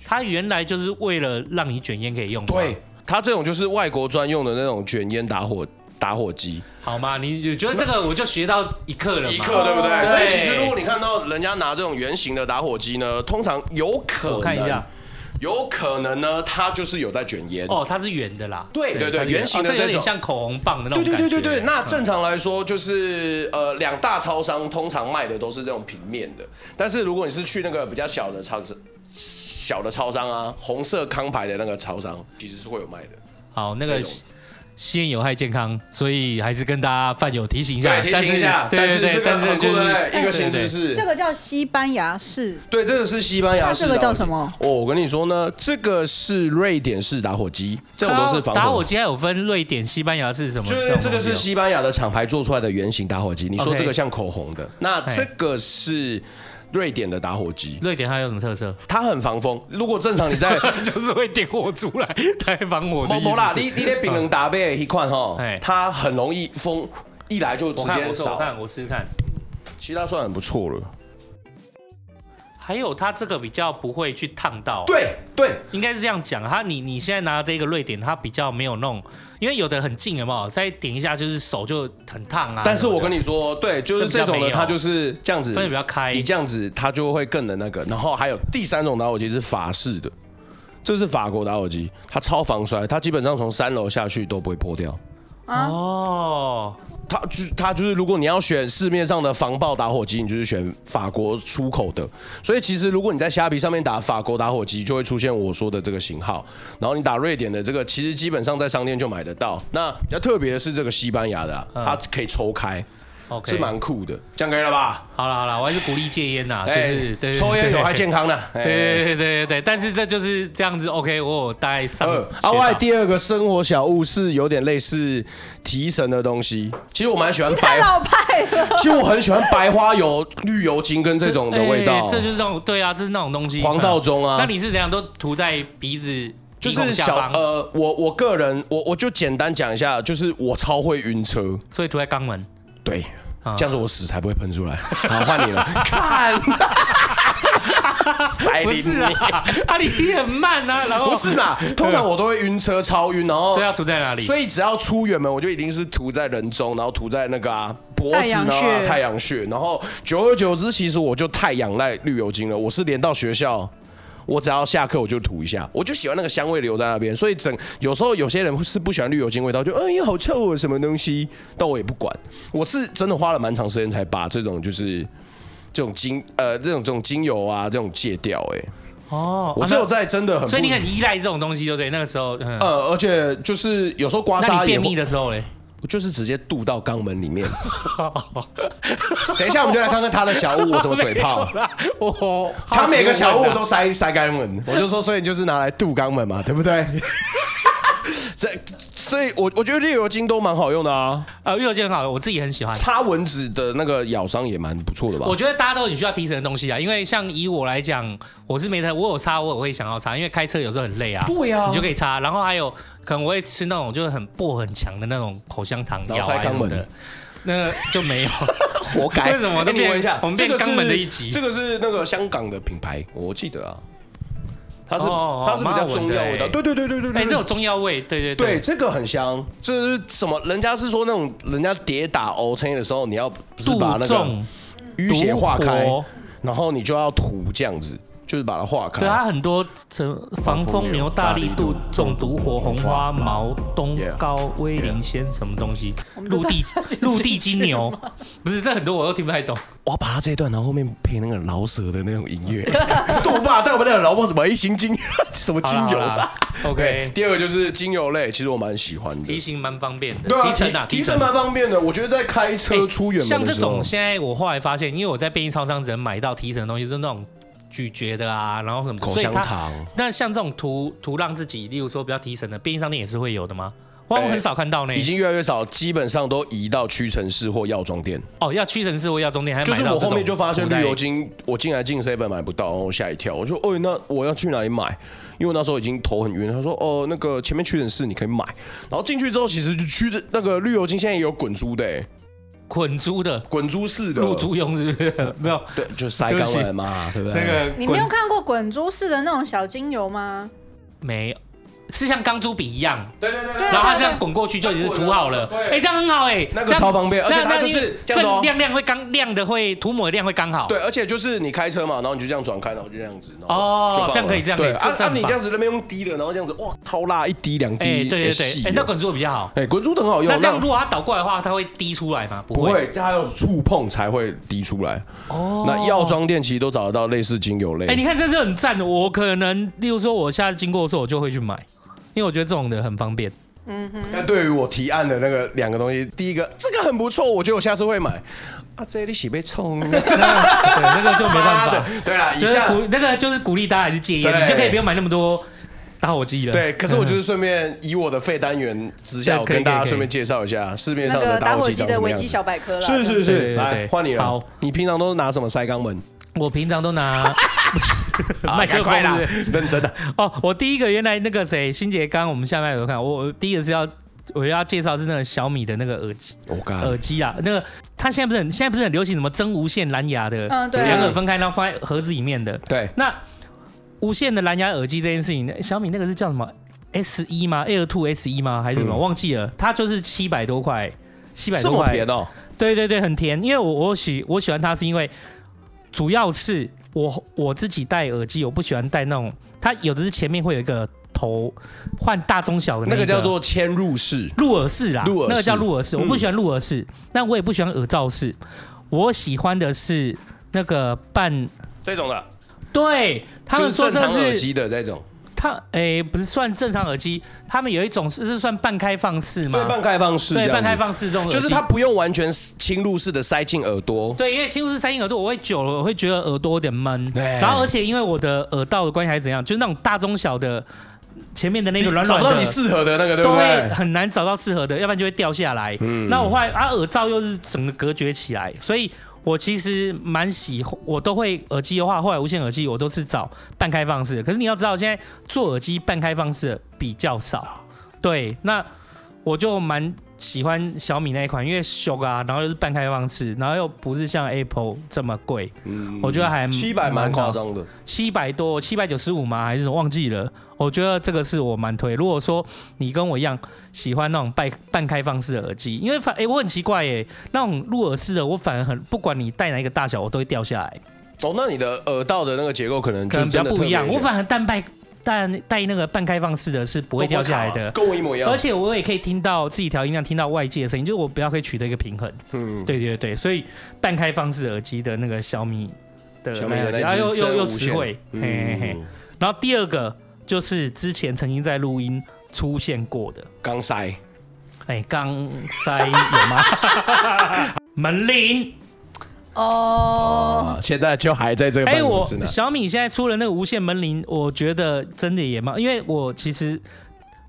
[SPEAKER 4] 它原来就是为了让你卷烟可以用，
[SPEAKER 3] 对，它这种就是外国专用的那种卷烟打火打火机，
[SPEAKER 4] 好吗？你你觉得这个我就学到一课了嘛？
[SPEAKER 3] 一克对不对？
[SPEAKER 4] 哦对
[SPEAKER 3] 所以其实如果你看到人家拿这种圆形的打火机呢，通常有可能
[SPEAKER 4] 我看一下，
[SPEAKER 3] 有可能呢，它就是有在卷烟。
[SPEAKER 4] 哦，它是圆的啦，
[SPEAKER 3] 对对对
[SPEAKER 4] 它是圆
[SPEAKER 3] 圆形的
[SPEAKER 4] 哦这有
[SPEAKER 3] 这
[SPEAKER 4] 点
[SPEAKER 3] 种
[SPEAKER 4] 像口红棒的那
[SPEAKER 3] 对
[SPEAKER 4] 种
[SPEAKER 3] 对
[SPEAKER 4] 感觉。
[SPEAKER 3] 对对对，那正常来说就是呃，两大超商通常卖的都是这种平面的，但是如果你是去那个比较小的超市、小的超商啊，红色康牌的那个超商，其实是会有卖的。
[SPEAKER 4] 好，那个
[SPEAKER 3] 这种
[SPEAKER 4] 吸吸烟有害健康，所以还是跟大家饭友提醒一下，
[SPEAKER 3] 对，提醒一下，
[SPEAKER 4] 但是对
[SPEAKER 3] 这
[SPEAKER 4] 对对，
[SPEAKER 3] 个
[SPEAKER 4] 但
[SPEAKER 3] 很
[SPEAKER 4] 是啊
[SPEAKER 3] 酷
[SPEAKER 4] 就是
[SPEAKER 3] 的一个
[SPEAKER 4] 对
[SPEAKER 3] 新
[SPEAKER 4] 对
[SPEAKER 3] 知识
[SPEAKER 2] 这。个叫西班牙式，
[SPEAKER 3] 对，这个是西班牙式
[SPEAKER 2] 它这个
[SPEAKER 3] 打火
[SPEAKER 2] 叫什么
[SPEAKER 3] 机哦，我跟你说呢，这个是瑞典式打火机，这种都是防
[SPEAKER 4] 打
[SPEAKER 3] 火
[SPEAKER 4] 火机，还有分瑞典、西班牙是什么
[SPEAKER 3] 就
[SPEAKER 4] 种东
[SPEAKER 3] 是
[SPEAKER 4] 西哦？
[SPEAKER 3] 这个是西班牙的厂牌做出来的圆形打火机，你说
[SPEAKER 4] OK
[SPEAKER 3] 这个像口红的，那
[SPEAKER 4] 嘿
[SPEAKER 3] 这个是瑞典的打火机，
[SPEAKER 4] 瑞典，它有什么特色？
[SPEAKER 3] 它很防风。如果正常你
[SPEAKER 4] [laughs]
[SPEAKER 3] 在
[SPEAKER 4] 就是会点火出来，它会防火的
[SPEAKER 3] 某
[SPEAKER 4] 意思
[SPEAKER 3] 某啦，
[SPEAKER 4] 是
[SPEAKER 3] 你你得丙能打贝一块哈
[SPEAKER 4] 嘿，
[SPEAKER 3] 它很容易风一来就直
[SPEAKER 4] 嗯哎我看
[SPEAKER 3] 接
[SPEAKER 4] 我手
[SPEAKER 3] 扫，
[SPEAKER 4] 看我试试看。
[SPEAKER 3] 其他算很不错了。
[SPEAKER 4] 还有它这个比较不会去烫到，啊
[SPEAKER 3] 对对，
[SPEAKER 4] 应该是这样讲。它你你现在拿这个瑞典，它比较没有弄，因为有的很近，有没有？再点一下就是手就很烫啊。
[SPEAKER 3] 但是我跟
[SPEAKER 4] 你
[SPEAKER 3] 你说，对，就是这种
[SPEAKER 4] 这比较
[SPEAKER 3] 的，
[SPEAKER 4] 没有
[SPEAKER 3] 它就是这样子，
[SPEAKER 4] 分得比较开
[SPEAKER 3] 你这样子它就会更能那个。然后还有第三种打火机是法式的，这是法国打火机，它超防摔，它基本上从三楼下去都不会破掉。
[SPEAKER 4] 哦，
[SPEAKER 3] 它就是它就是，如果你要选市面上的防爆打火机，你就是选法国出口的。所以其实如果你在虾皮上面打法国打火机，就会出现我说的这个型号。然后你打瑞典的这个，其实基本上在商店就买得到。那比较特别的是这个西班牙的、啊，
[SPEAKER 4] 嗯
[SPEAKER 3] 它可以抽开，
[SPEAKER 4] ，OK，
[SPEAKER 3] 是蛮酷的。这样可以了吧？
[SPEAKER 4] 好了好了，我还是鼓励戒烟呐，就
[SPEAKER 3] 哎
[SPEAKER 4] 是对
[SPEAKER 3] 抽烟有害健康
[SPEAKER 4] 康。
[SPEAKER 3] 的。
[SPEAKER 4] 对
[SPEAKER 3] 哎
[SPEAKER 4] 对对对对对，但是这就是这样子，OK，我有大概上
[SPEAKER 3] 二啊，
[SPEAKER 4] 学到
[SPEAKER 3] 外第二个生活小物是有点类似提神的东西。其实我蛮喜欢
[SPEAKER 2] 太
[SPEAKER 3] 白，
[SPEAKER 2] 老派了。
[SPEAKER 3] [laughs] 其实我很喜欢白花油、绿油精跟这种的味道
[SPEAKER 4] 哎。这就是那种对啊，这是那种东西。
[SPEAKER 3] 黄道中啊
[SPEAKER 4] 那你是怎样都涂在鼻子
[SPEAKER 3] 就
[SPEAKER 4] 鼻
[SPEAKER 3] 是
[SPEAKER 4] 孔下
[SPEAKER 3] 小
[SPEAKER 4] 方，
[SPEAKER 3] 呃，我我个人我我就简单讲一下，就是我超会晕车，
[SPEAKER 4] 所以涂在肛门。
[SPEAKER 3] 对，
[SPEAKER 4] 啊
[SPEAKER 3] [laughs]
[SPEAKER 4] [laughs]
[SPEAKER 3] 这样子我屎才不会喷出来。好，换你了，看塞
[SPEAKER 4] 不
[SPEAKER 3] 林
[SPEAKER 4] [laughs] 是
[SPEAKER 3] 你。
[SPEAKER 4] 啊，阿里很慢啊，然后
[SPEAKER 3] 不是嘛？通常我都会晕车、超晕，然后
[SPEAKER 4] 所以要涂在哪里？
[SPEAKER 3] 所以只要出远门，我就一定是涂在人中，然后涂在那个啊脖子
[SPEAKER 2] 太阳
[SPEAKER 3] 然后啊
[SPEAKER 2] 穴
[SPEAKER 3] 太阳穴，然后久而久之，其实我就太仰赖绿油精了。我是连到学校。我只要下课我就涂一下，我就喜欢那个香味留在那边，所以整有时候有些人是不喜欢绿油精味道，就哎呀好臭哦什么东西，但我也不管。我是真的花了蛮长时间才把这种就是这种精呃这种这种精油啊这种戒掉、哎，
[SPEAKER 4] 哦，
[SPEAKER 3] 我
[SPEAKER 4] 啊
[SPEAKER 3] 只有
[SPEAKER 4] 那
[SPEAKER 3] 在真的很不，
[SPEAKER 4] 所以你很依赖这种东西，对不对？那个时候，嗯，
[SPEAKER 3] 呃，而且就是有时候刮
[SPEAKER 4] 那
[SPEAKER 3] 痧
[SPEAKER 4] 你
[SPEAKER 3] 也
[SPEAKER 4] 便
[SPEAKER 3] 会
[SPEAKER 4] 秘的时候嘞？
[SPEAKER 3] 就是直接渡到肛门里面。等一下，我们就来看看他的小屋 [laughs] 我怎么嘴炮。啊
[SPEAKER 4] [laughs] 哦，
[SPEAKER 3] 他每个小物
[SPEAKER 4] 物
[SPEAKER 3] 都塞塞肛门，我就说，所以就是拿来渡肛门嘛，对不对？这，所以我我觉得绿油精都蛮好用的啊，
[SPEAKER 4] 呃，月见很好，我自己很喜欢。
[SPEAKER 3] 擦蚊子的那个咬伤也蛮不错的吧
[SPEAKER 4] 我？觉得大家都很需要提神的东西啊，因为像以我来讲，我是没擦，我有擦，我也会想要擦，因为开车有时候很累啊，
[SPEAKER 3] 对啊
[SPEAKER 4] 你就可以擦。然后还有可能我会吃那种就是很薄很强的那种口香糖
[SPEAKER 3] 然
[SPEAKER 4] 药
[SPEAKER 3] 后塞
[SPEAKER 4] 啊
[SPEAKER 3] 肛
[SPEAKER 4] 什么
[SPEAKER 3] 门
[SPEAKER 4] 的，那就没有。 [laughs]
[SPEAKER 3] 活该。
[SPEAKER 4] 为什么我都
[SPEAKER 3] 哎你
[SPEAKER 4] 变
[SPEAKER 3] 闻一下，
[SPEAKER 4] 我们变
[SPEAKER 3] 这个是
[SPEAKER 4] 肛门的一集
[SPEAKER 3] 这个是那个香港的品牌，我记得啊，它是
[SPEAKER 4] 哦
[SPEAKER 3] 它是比
[SPEAKER 4] 蛮好
[SPEAKER 3] 较
[SPEAKER 4] 闻的
[SPEAKER 3] 中药味道，
[SPEAKER 4] 哎
[SPEAKER 3] 对对对对对对
[SPEAKER 4] 哎，这种中药味，对对
[SPEAKER 3] 对，这个很香，这是什么？人家是说那种人家跌打殴撑的时候，你要不是
[SPEAKER 4] 杜
[SPEAKER 3] 把那个啊
[SPEAKER 4] 仲
[SPEAKER 3] 淤血化开
[SPEAKER 4] 毒火，
[SPEAKER 3] 然后你就要涂这样子，就是把它化开。
[SPEAKER 4] 对啊它很多什么防风牛、大力度、中毒火、红花毛、冬
[SPEAKER 3] Yeah
[SPEAKER 4] 高、威灵仙什么东西
[SPEAKER 2] 我，们都
[SPEAKER 4] 陆地 [laughs]
[SPEAKER 2] 大家剪
[SPEAKER 4] 陆地
[SPEAKER 2] 进去
[SPEAKER 4] 金
[SPEAKER 3] [laughs]
[SPEAKER 4] 牛，不是这很多我都听不太懂。
[SPEAKER 3] 我要把它这一段，然后后面配那个老舍的那种音
[SPEAKER 4] [laughs]
[SPEAKER 3] 乐，杜爸带我们那个老婆什么一心精 [laughs] 什么精油
[SPEAKER 4] 好啦好啦
[SPEAKER 3] 对
[SPEAKER 4] OK，
[SPEAKER 3] 第二个就是精油类，其实我蛮喜欢
[SPEAKER 4] 提
[SPEAKER 3] 的。
[SPEAKER 4] 醒蛮方便的，
[SPEAKER 3] 对啊，
[SPEAKER 4] 提神啊，
[SPEAKER 3] 提
[SPEAKER 4] 提
[SPEAKER 3] 提神。
[SPEAKER 4] 神
[SPEAKER 3] 蛮方便的。我觉得在开车
[SPEAKER 4] 欸
[SPEAKER 3] 出远门
[SPEAKER 4] 像
[SPEAKER 3] 的
[SPEAKER 4] 这
[SPEAKER 3] 时候
[SPEAKER 4] 种，，现在我后来发现，因为我在便利超商只能买到提神的东西，就是那种咀嚼的啊，然后什么
[SPEAKER 3] 口香。
[SPEAKER 4] 所以它
[SPEAKER 3] 糖，
[SPEAKER 4] 那像这种图图让自己，例如说比较提神的，便利商店也是会有的吗？哇，我
[SPEAKER 3] 欸
[SPEAKER 4] 很少看到呢。
[SPEAKER 3] 已经越来越少，基本上都移到屈臣氏或药妆店。
[SPEAKER 4] 哦，要屈臣氏或药妆店还
[SPEAKER 3] 就是
[SPEAKER 4] 买到
[SPEAKER 3] 我
[SPEAKER 4] 这
[SPEAKER 3] 后面
[SPEAKER 4] 种
[SPEAKER 3] 就发现
[SPEAKER 4] 古代
[SPEAKER 3] 绿油精，我进来进 seven 买不到，然后我吓一跳，我说：“哦，那我要去哪里买？”因为那时候已经头很晕。他说：“哦，那个前面屈臣氏你可以买。”然后进去之后，其实就屈的那个绿油精现在也有滚珠的、欸，
[SPEAKER 4] 捆猪的
[SPEAKER 3] 滚珠式的，
[SPEAKER 4] 露珠用是不是？没有
[SPEAKER 3] 对，就塞
[SPEAKER 4] 对不
[SPEAKER 3] 肛
[SPEAKER 4] 起
[SPEAKER 3] 门嘛，对不对？
[SPEAKER 4] 那个
[SPEAKER 2] 你没有
[SPEAKER 4] 滚
[SPEAKER 2] 看过滚珠式的那种小精油吗？
[SPEAKER 4] 没有。是像钢珠笔一样，
[SPEAKER 3] 对对对
[SPEAKER 2] 对啊
[SPEAKER 4] 然后它这样滚过去就已经是涂好了，
[SPEAKER 3] 对
[SPEAKER 4] 哎，这样很好哎，
[SPEAKER 3] 那个
[SPEAKER 4] 这样
[SPEAKER 3] 超方便而且
[SPEAKER 4] 这样
[SPEAKER 3] 它就
[SPEAKER 4] 因为
[SPEAKER 3] 是这样子哦
[SPEAKER 4] 正亮亮会刚亮的会涂抹的量会刚好，
[SPEAKER 3] 对，而且就是你开车嘛，然后你就这样转开，然后就这样子，然后
[SPEAKER 4] 哦
[SPEAKER 3] 就放了
[SPEAKER 4] 这样可以这样可以
[SPEAKER 3] 对啊，
[SPEAKER 4] 这
[SPEAKER 3] 啊
[SPEAKER 4] 样
[SPEAKER 3] 你
[SPEAKER 4] 吧
[SPEAKER 3] 这样子那边用滴的，然后这样子，哇，超辣一滴两滴，
[SPEAKER 4] 哎，对对
[SPEAKER 3] 欸
[SPEAKER 4] 对，
[SPEAKER 3] 细
[SPEAKER 4] 哎，
[SPEAKER 3] 哦
[SPEAKER 4] 那滚珠比较好。
[SPEAKER 3] 哎，滚珠的很好用，
[SPEAKER 4] 那这样如果它倒过来的话，它会滴出来吗？不
[SPEAKER 3] 不
[SPEAKER 4] 会。
[SPEAKER 3] 会，它有触碰才会滴出来。
[SPEAKER 4] 哦
[SPEAKER 3] 那药。妆店其实都找得到类似精油类。
[SPEAKER 4] 哎、你看这是很赞的。我可能，例如说，我下次经过的时候，我就会去买，因为我觉得这种的很
[SPEAKER 3] [laughs]
[SPEAKER 4] 方便。
[SPEAKER 2] 嗯哼，
[SPEAKER 3] 那对于我提案的那个两个东西，第一个这个很不错，我觉得我下次会买。啊，这里洗被
[SPEAKER 4] [laughs]
[SPEAKER 3] 冲，
[SPEAKER 4] 对，那个就没办法。
[SPEAKER 3] 对啊啦，以
[SPEAKER 4] [laughs] 就是
[SPEAKER 3] 下
[SPEAKER 4] 鼓那个就是鼓励大家还是戒烟，
[SPEAKER 3] 对
[SPEAKER 4] 你就可以不用买那么多打火机了。
[SPEAKER 3] 对，可是我就是顺便以我的废单元之下，
[SPEAKER 4] 嗯对
[SPEAKER 3] 我
[SPEAKER 4] 可以
[SPEAKER 3] 跟大家
[SPEAKER 4] 可以
[SPEAKER 3] 顺便介绍一下市面
[SPEAKER 2] 那
[SPEAKER 3] 上
[SPEAKER 2] 个
[SPEAKER 3] 的
[SPEAKER 2] 打火
[SPEAKER 3] 火
[SPEAKER 2] 机
[SPEAKER 3] 长
[SPEAKER 2] 的
[SPEAKER 3] 什么
[SPEAKER 2] 维
[SPEAKER 3] 样
[SPEAKER 2] 基
[SPEAKER 3] 子。
[SPEAKER 2] 小百科啦，
[SPEAKER 3] 是
[SPEAKER 2] 对
[SPEAKER 3] 是
[SPEAKER 4] 对对
[SPEAKER 3] 是，
[SPEAKER 4] 对
[SPEAKER 3] 来
[SPEAKER 4] 对
[SPEAKER 3] 换你了
[SPEAKER 4] 好。
[SPEAKER 3] 你平常都是拿什么塞肛门？
[SPEAKER 4] 我平常都
[SPEAKER 3] [laughs]
[SPEAKER 4] 拿啊
[SPEAKER 3] 啊
[SPEAKER 4] 麦克
[SPEAKER 3] 赶
[SPEAKER 4] 风
[SPEAKER 3] 快啦
[SPEAKER 4] 是不是，
[SPEAKER 3] 认
[SPEAKER 4] [laughs]
[SPEAKER 3] 真的。
[SPEAKER 4] 哦，我第一个原来那个谁，欣杰，刚刚我们下面有看，我我第一个是要我要介绍是那个小米的那个耳机
[SPEAKER 3] 我靠，
[SPEAKER 4] 耳机啊，那个它现在不是很现在不是很流行什么真无线蓝牙的，
[SPEAKER 2] 嗯对啊
[SPEAKER 4] 两个分开然后放在盒子里面的。
[SPEAKER 3] 对，
[SPEAKER 4] 那无线的蓝牙耳机这件事情，小米那个是叫什么 S 一吗？Air Two S 一吗？还是什么？
[SPEAKER 3] 嗯
[SPEAKER 4] 忘记了，它就是七百多块，七百
[SPEAKER 3] 这
[SPEAKER 4] 多
[SPEAKER 3] 么
[SPEAKER 4] 块
[SPEAKER 3] 别。的哦，
[SPEAKER 4] 对对对，很甜。因为我我喜我喜欢它是因为主要是我我自己戴耳机，我不喜欢戴那种它有的是前面会有一个头换大中小的
[SPEAKER 3] 那
[SPEAKER 4] 个
[SPEAKER 3] 个叫做嵌入式。
[SPEAKER 4] 入耳式啦，
[SPEAKER 3] 入耳式
[SPEAKER 4] 那个叫入耳式，
[SPEAKER 3] 嗯
[SPEAKER 4] 我不喜欢入耳式，但我也不喜欢耳罩式，我喜欢的是那个半。
[SPEAKER 3] 这种的，
[SPEAKER 4] 对他
[SPEAKER 3] 就
[SPEAKER 4] 们
[SPEAKER 3] 是
[SPEAKER 4] 说
[SPEAKER 3] 正
[SPEAKER 4] 这
[SPEAKER 3] 常耳
[SPEAKER 4] 是
[SPEAKER 3] 机的这种，
[SPEAKER 4] 它诶、不是算正常耳机，他们有一种是是算半开放式吗
[SPEAKER 3] 对，？半开放式，
[SPEAKER 4] 对，半开。放式这种耳机
[SPEAKER 3] 就是它不用完全侵入式的塞进耳朵，
[SPEAKER 4] 对，因为侵入式塞进耳朵，我会久了我会觉得耳朵有点闷，
[SPEAKER 3] 对
[SPEAKER 4] 然后而且因为我的耳道的关系还是怎样，就是那种大中小的前面的那个软
[SPEAKER 3] 找
[SPEAKER 4] 软
[SPEAKER 3] 不到你
[SPEAKER 4] 的。
[SPEAKER 3] 适合的那个，对
[SPEAKER 4] 都
[SPEAKER 3] 不
[SPEAKER 4] 会
[SPEAKER 3] 对？
[SPEAKER 4] 很难找到适合的，要不然就会掉下来。
[SPEAKER 3] 嗯
[SPEAKER 4] 那我后来啊，耳罩又是整个隔绝起来，所以我其实蛮喜欢，我都会耳机的话，后来无线耳机我都是找半开放式的。可是你要知道，现在做耳机半开放式的比较少，对，那我就蛮喜欢小米那一款，因为小啊，然后又是半开放式，然后又不是像 Apple 这么贵，
[SPEAKER 3] 嗯
[SPEAKER 4] 我觉得还
[SPEAKER 3] 七百蛮夸，张的，
[SPEAKER 4] 七百多，七百九十五吗？还是什么忘记了？我觉得这个是我蛮推。如果说你跟我一样喜欢那种半半开放式的耳机，因为反哎、我很奇怪耶、那种入耳式的我反而很不管你戴哪一个大小，我都会掉下来，
[SPEAKER 3] 哦，那你的耳道的那个结构可能
[SPEAKER 4] 可
[SPEAKER 3] 就
[SPEAKER 4] 能比较
[SPEAKER 3] 真的特
[SPEAKER 4] 不
[SPEAKER 3] 别
[SPEAKER 4] 一样。我
[SPEAKER 3] 显
[SPEAKER 4] 反而戴半戴戴那个半开放式的是不会掉下来的，
[SPEAKER 3] 跟我一啊模一样。
[SPEAKER 4] 而且我也可以听到自己调音量，听到外界的声音，就是我比较可以取得一个平衡。
[SPEAKER 3] 嗯，
[SPEAKER 4] 对对对，所以半开放式耳机的那个小米的
[SPEAKER 3] 小米的那
[SPEAKER 4] 然后啊又
[SPEAKER 3] 只
[SPEAKER 4] 又又
[SPEAKER 3] 真无
[SPEAKER 4] 实
[SPEAKER 3] 线
[SPEAKER 4] 惠，嘿嘿嘿
[SPEAKER 3] 嗯。，
[SPEAKER 4] 然后第二个就是之前曾经在录音出现过的，
[SPEAKER 3] 钢塞
[SPEAKER 4] 哎，钢塞有吗？ [laughs] 门铃，
[SPEAKER 2] 哦，
[SPEAKER 3] 啊，现在就还在这个
[SPEAKER 4] 哎，
[SPEAKER 3] 办公
[SPEAKER 4] 我
[SPEAKER 3] 室呢。
[SPEAKER 4] 小米现在出了那个无线门铃，我觉得真的也蛮，因为我其实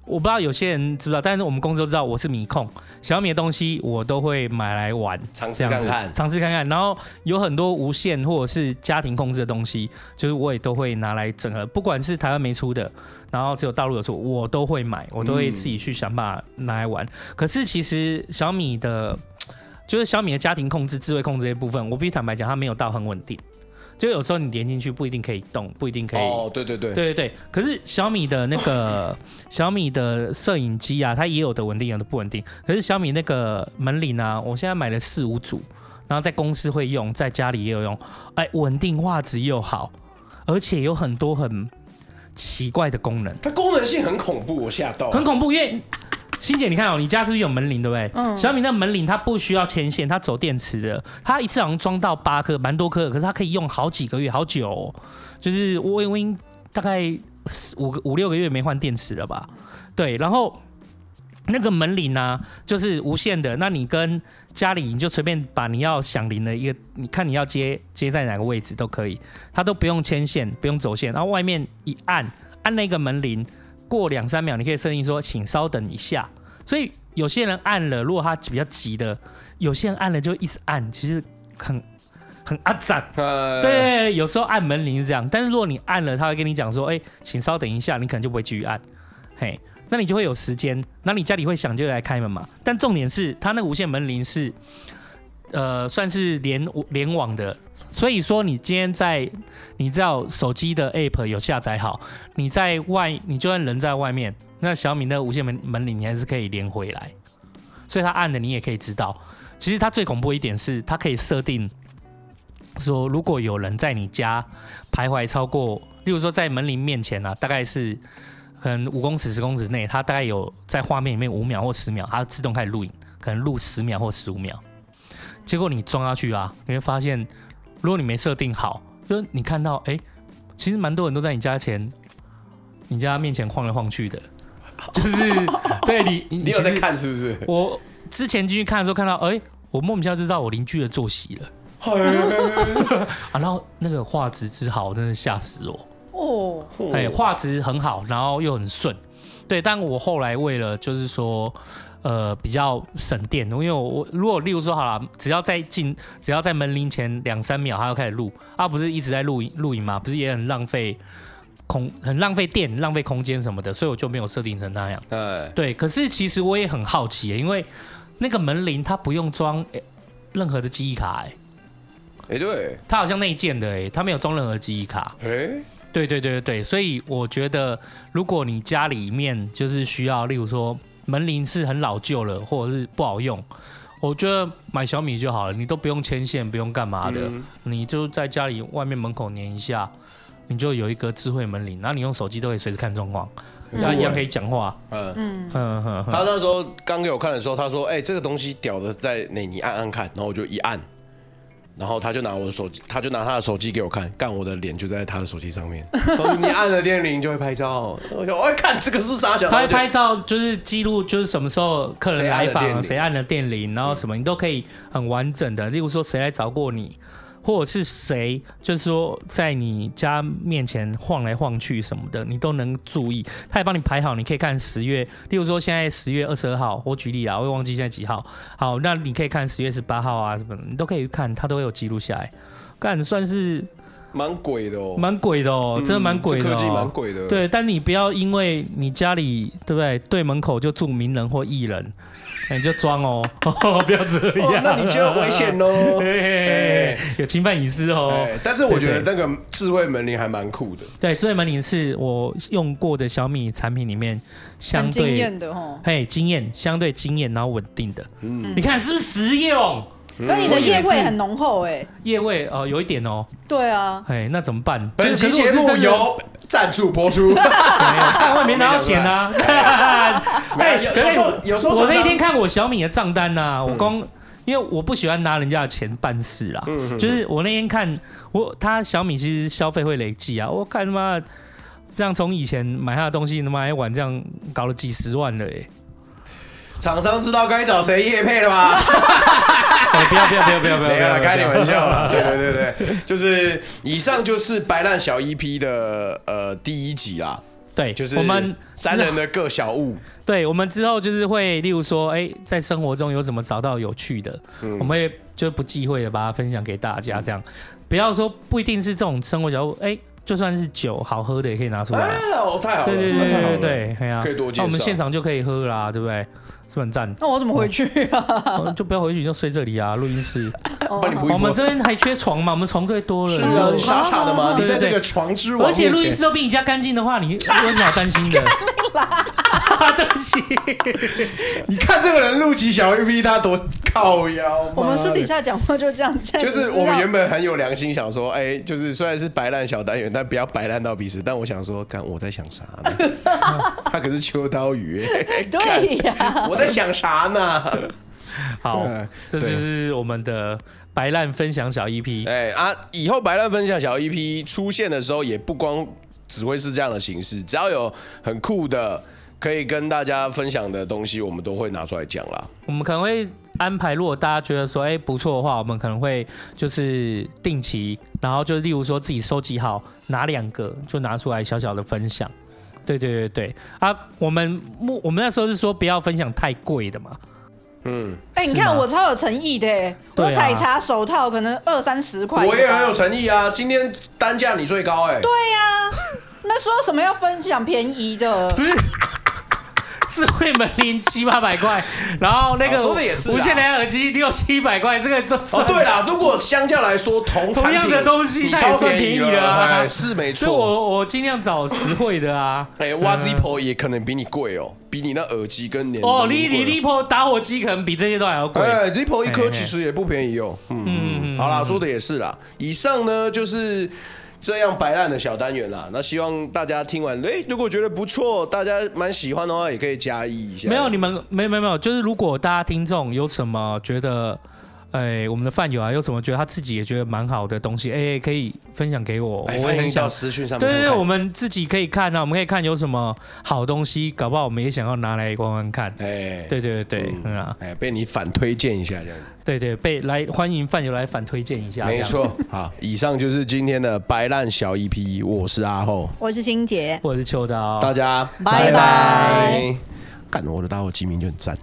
[SPEAKER 4] 我不知道有些人知不知道，但是我们公司都知道我是米控，小米的东西我都会买来玩，
[SPEAKER 3] 尝试
[SPEAKER 4] 这样
[SPEAKER 3] 看
[SPEAKER 4] 子
[SPEAKER 3] 看，
[SPEAKER 4] 尝试看看。然后有很多无线或者是家庭控制的东西，就是我也都会拿来整合，不管是台湾没出的，然后只有大陆有出，我都会买，我都会自己去想办法拿来玩。可是其实小米的，就是小米的家庭控制、智慧控制这一部分，我必须坦白讲，它没有到很稳定。就有时候你连进去不一定可以动，不一定可以
[SPEAKER 3] 哦，对对对，
[SPEAKER 4] 对对对，可是小米的那个小米的摄影机啊，它也有的稳定，有的不稳定。可是小米那个门铃啊，我现在买了四五组，然后在公司会用，在家里也有用，哎，稳定画质又好，而且有很多很奇怪的功能，
[SPEAKER 3] 它功能性很恐怖，我吓到。啊
[SPEAKER 4] 很恐怖。因为欣姐，你看哦，你家是不是有门铃对不对？
[SPEAKER 2] 嗯
[SPEAKER 4] 小米那门铃它不需要牵线，它走电池的，它一次好像装到八颗，蛮多颗的，可是它可以用好几个月，好久哦、就是我已经大概四五个五六个月没换电池了吧？对，然后那个门铃呢、啊就是无线的，那你跟家里你就随便把你要响铃的一个，你看你要接接在哪个位置都可以，它都不用牵线，不用走线，然后外面一按按那个门铃，过两三秒你可以设定说，请稍等一下，所以有些人按了，如果他比较急的，有些人按了就一直按，其实很很阿展。
[SPEAKER 3] 呃，
[SPEAKER 4] 对，有时候按门铃是这样，但是如果你按了，他会跟你讲说，哎、请稍等一下，你可能就不会继续按，嘿，那你就会有时间，那你家里会响就来开门嘛。但重点是，它那个无线门铃是，呃，算是联联网的，所以说你今天在你知道手机的 app 有下载好，你在外，你就算人在外面，那小米的无线门门铃你还是可以连回来，所以它按的你也可以知道。其实它最恐怖一点是，它可以设定说，如果有人在你家徘徊超过，例如说在门铃面前啊，大概是可能五公尺、十公尺内，它大概有在画面里面五秒或十秒，它自动开始录影，可能录十秒或十五秒。结果你装下去啊，你会发现，如果你没设定好，就是你看到，哎、其实蛮多人都在你家前，你家面前晃来晃去的，就是对你，
[SPEAKER 3] 你
[SPEAKER 4] 你
[SPEAKER 3] 有
[SPEAKER 4] 其
[SPEAKER 3] 在
[SPEAKER 4] 实
[SPEAKER 3] 看是不
[SPEAKER 4] [laughs]
[SPEAKER 3] 是？
[SPEAKER 4] 我之前进去看的时候看到，哎、我莫名其妙就知道我邻居的作息了啊，然后那个画质之好，真的吓死我。
[SPEAKER 2] 哦，
[SPEAKER 4] 哎，画质很好，然后又很顺。对，但我后来为了就是说，呃，比较省电，因为我我如果例如说好了，只要在进，只要在门铃前两三秒，它就开始录啊，不是一直在录影录影嘛，不是也很浪费空，很浪费电，浪费空间什么的，所以我就没有设定成那样。
[SPEAKER 3] 哎，
[SPEAKER 4] 对，可是其实我也很好奇耶，因为那个门铃它不用装诶任何的记忆卡，哎，
[SPEAKER 3] 哎对，
[SPEAKER 4] 它好像内建的，哎，它没有装任何记忆卡。
[SPEAKER 3] 哎，
[SPEAKER 4] 对对对对对，所以我觉得，如果你家里面就是需要，例如说门铃是很老旧了，或者是不好用，我觉得买小米就好了，你都不用牵线，不用干嘛的，
[SPEAKER 3] 嗯
[SPEAKER 4] 你就在家里外面门口粘一下，你就有一个智慧门铃，然后你用手机都可以随时看状况，然后一样可以讲话。
[SPEAKER 3] 嗯。
[SPEAKER 2] 嗯，
[SPEAKER 4] 嗯哼哼，
[SPEAKER 3] 他那时候刚给我看的时候，他说：“哎、这个东西屌的在哪？你按按看。”然后我就一按，然后他就拿我的手机，他就拿他的手机给我看，干我的脸就在他的手机上面。他说：“你按了电铃就会拍照。”我就：“哎、看这个是啥小？”
[SPEAKER 4] 他会拍照，就是记录，就是什么时候客人来
[SPEAKER 3] 谁按了电
[SPEAKER 4] 访，啊
[SPEAKER 3] 铃
[SPEAKER 4] 谁按了电铃，然后什么，你都可以很完整的。例如说，谁来找过你，或者是谁，就是说在你家面前晃来晃去什么的，你都能注意。他也帮你排好，你可以看十月，例如说现在十月二十二号，我举例啊，我会忘记现在几号。好，那你可以看十月十八号啊什么的，你都可以看，他都会有记录下来。干算是
[SPEAKER 3] 蛮鬼的哦，
[SPEAKER 4] 蛮鬼的哦，真的蛮鬼的、
[SPEAKER 3] 这
[SPEAKER 4] 哦，
[SPEAKER 3] 科技蛮鬼的，，
[SPEAKER 4] 对，但你不要因为你家里对不对对门口就住名人或艺
[SPEAKER 3] [laughs]
[SPEAKER 4] 人，哎你就装哦，不要这样， [laughs]
[SPEAKER 3] 哦，那你就有危险喽。
[SPEAKER 4] 嘿嘿嘿
[SPEAKER 3] 哎
[SPEAKER 4] 有侵犯隐私哦
[SPEAKER 3] 哎。，但是我觉得
[SPEAKER 4] 对
[SPEAKER 3] 那个智慧门铃还蛮酷的，
[SPEAKER 4] 对，智慧门铃是我用过的小米产品里面相
[SPEAKER 2] 很惊
[SPEAKER 4] 对
[SPEAKER 2] 艳的哦。
[SPEAKER 4] 嘿经验相对经验，然后稳定的。
[SPEAKER 3] 嗯
[SPEAKER 4] 你看是不是实用？
[SPEAKER 2] 可你的业味很浓厚哎、
[SPEAKER 4] 叶味哦，有一点哦，
[SPEAKER 2] 对啊，，
[SPEAKER 4] 哎，那怎么办？
[SPEAKER 3] 本期
[SPEAKER 4] 可是我
[SPEAKER 3] 节
[SPEAKER 4] 是
[SPEAKER 3] 目
[SPEAKER 4] 真的
[SPEAKER 3] 由赞助播出。[laughs]
[SPEAKER 4] 没有，但我也没拿到钱啊。哎，
[SPEAKER 3] 有
[SPEAKER 4] 可
[SPEAKER 3] 有时
[SPEAKER 4] 是
[SPEAKER 3] 候有时候
[SPEAKER 4] 我
[SPEAKER 3] 常常嗯
[SPEAKER 4] 那天看我小米的账单呐、我光、因为我不喜欢拿人家的钱办事啦，
[SPEAKER 3] 嗯
[SPEAKER 4] 就是我那天看我他小米其实消费会累计啊，我看他妈这样从以前买他的东西他妈一晚这样搞了几十万
[SPEAKER 3] [laughs]
[SPEAKER 4] 了哎、
[SPEAKER 3] 厂商知道该找谁业配了吧？
[SPEAKER 4] 哎不要不要不要不要不要，
[SPEAKER 3] 没有啦，
[SPEAKER 4] 不要
[SPEAKER 3] 开你
[SPEAKER 4] 不要
[SPEAKER 3] 玩笑啦。 [laughs] 对对对对，就是以上就是白烂小 EP 的呃第一集啦，
[SPEAKER 4] 对，
[SPEAKER 3] 就是
[SPEAKER 4] 我们
[SPEAKER 3] 三人的各小物。
[SPEAKER 4] 对，我们之后就是会，例如说，哎、在生活中有怎么找到有趣的，
[SPEAKER 3] 嗯
[SPEAKER 4] 我们会就不忌讳的把它分享给大家，这样不要说不一定是这种生活小物，哎、就算是酒好喝的也可以拿出来啊、
[SPEAKER 3] 哦，太好了，
[SPEAKER 4] 对对
[SPEAKER 3] 太
[SPEAKER 4] 对
[SPEAKER 3] 好了
[SPEAKER 4] 对对，哎呀、
[SPEAKER 3] 可以多介
[SPEAKER 4] 那、我们
[SPEAKER 3] 绍
[SPEAKER 4] 现场就可以喝啦，对不对？是不是很赞
[SPEAKER 3] [laughs]
[SPEAKER 2] 那我怎么回去啊？哦
[SPEAKER 4] 哦就不要回去，就睡这里啊，录音
[SPEAKER 3] [laughs]
[SPEAKER 4] 室。
[SPEAKER 3] 嗯
[SPEAKER 4] 哦
[SPEAKER 3] 帮你补一
[SPEAKER 4] 我
[SPEAKER 3] 补
[SPEAKER 4] 们。这边还缺床嘛，我们床最多了。
[SPEAKER 3] 是
[SPEAKER 4] 对
[SPEAKER 3] 啊，
[SPEAKER 4] 不
[SPEAKER 3] 你
[SPEAKER 4] 对
[SPEAKER 3] 傻傻的吗？你
[SPEAKER 4] 对对
[SPEAKER 3] 在这
[SPEAKER 4] 对
[SPEAKER 3] 个床之王
[SPEAKER 4] 而且
[SPEAKER 3] 面
[SPEAKER 4] 录音
[SPEAKER 3] 前
[SPEAKER 4] 室，都比你家干净的话，你有什么好担心
[SPEAKER 3] [laughs]
[SPEAKER 4] 的？ [laughs] 对不起。
[SPEAKER 3] 你看这个人录起小 EP，他多靠腰。
[SPEAKER 2] 我们私底
[SPEAKER 3] 下。
[SPEAKER 2] 下讲话就这样，现在
[SPEAKER 3] 就是
[SPEAKER 2] 只
[SPEAKER 3] 我们
[SPEAKER 2] 要
[SPEAKER 3] 原本很有良心，想说，哎、就是虽然是白烂小单元，但不要白烂到彼此。但我想说，干我在想啥呢？ [laughs] 他可是秋刀鱼、哎
[SPEAKER 2] 对呀、
[SPEAKER 3] 我在想啥呢？
[SPEAKER 4] 好
[SPEAKER 3] 对，
[SPEAKER 4] 这就是我们的白烂分享小 E EP。
[SPEAKER 3] [laughs] 哎、啊，以后白烂分享小 EP 出现的时候，也不光只会是这样的形式，只要有很酷的可以跟大家分享的东西，我们都会拿出来讲啦。
[SPEAKER 4] 我们可能会安排，如果大家觉得说，哎、不错的话，我们可能会就是定期，然后就例如说自己收集好哪两个，就拿出来小小的分享。对对对对，啊，我们目我们那时候是说不要分享太贵的嘛，
[SPEAKER 3] 嗯，
[SPEAKER 2] 哎、你
[SPEAKER 4] 是吗
[SPEAKER 2] 看我超有诚意的、欸，
[SPEAKER 4] 对啊
[SPEAKER 2] 我采茶手套可能二三十块，
[SPEAKER 3] 我也很有诚意啊，今天单价你最高、哎，
[SPEAKER 2] 对呀、那说什么要分享便宜的？
[SPEAKER 4] [laughs] 智慧门铃七八百块，然后那个、
[SPEAKER 3] 哦说的也是啊
[SPEAKER 4] 无线蓝牙耳机六七百块，这个就算、
[SPEAKER 3] 哦，对啦，如果相较来说，同产
[SPEAKER 4] 同样
[SPEAKER 3] 品
[SPEAKER 4] 的东西
[SPEAKER 3] 你
[SPEAKER 4] 它也
[SPEAKER 3] 超
[SPEAKER 4] 算
[SPEAKER 3] 便
[SPEAKER 4] 便宜
[SPEAKER 3] 了
[SPEAKER 4] 了啊
[SPEAKER 3] 哎是没
[SPEAKER 4] 所以
[SPEAKER 3] 错。
[SPEAKER 4] 我我尽量找实惠的啊。
[SPEAKER 3] 哎，Wazipo 也可能比你贵哦，比你那耳机跟连
[SPEAKER 4] 哦，
[SPEAKER 3] 你
[SPEAKER 4] 离离 l i p o 打火机可能比这些都还要贵。
[SPEAKER 3] 哎，Zipo 一颗
[SPEAKER 4] 嘿嘿
[SPEAKER 3] 其实也不便宜哦。嗯，
[SPEAKER 4] 嗯
[SPEAKER 3] 好啦，说的也是啦。以上呢就是这样白烂的小单元啦。那希望大家听完，哎，如果觉得不错，大家蛮喜欢的话，也可以加一一下。
[SPEAKER 4] 没有，你们没有没有没有，就是如果大家听众有什么觉得，哎，我们的饭友啊，有什么觉得他自己也觉得蛮好的东西，哎，可以分享给我，我
[SPEAKER 3] 哎，
[SPEAKER 4] 也
[SPEAKER 3] 欢迎
[SPEAKER 4] 很
[SPEAKER 3] 到
[SPEAKER 4] 想。
[SPEAKER 3] 私讯上面
[SPEAKER 4] 对
[SPEAKER 3] 看
[SPEAKER 4] 对
[SPEAKER 3] 看。
[SPEAKER 4] 对，我们自己可以看啊，我们可以看有什么好东西，搞不好我们也想要拿来玩玩看。
[SPEAKER 3] 哎，
[SPEAKER 4] 对对对对，嗯啊，
[SPEAKER 3] 哎，被你反推荐一下这样子。
[SPEAKER 4] 对对，被来欢迎饭友来反推荐一下，
[SPEAKER 3] 没
[SPEAKER 4] 这样
[SPEAKER 3] 错
[SPEAKER 4] 子。，
[SPEAKER 3] 好，以上就是今天的白烂小 EP，我是阿厚，
[SPEAKER 2] 我是欣姐，
[SPEAKER 4] 我是秋刀，
[SPEAKER 3] 大家
[SPEAKER 2] 拜拜
[SPEAKER 3] 干我的打火机名就很赞。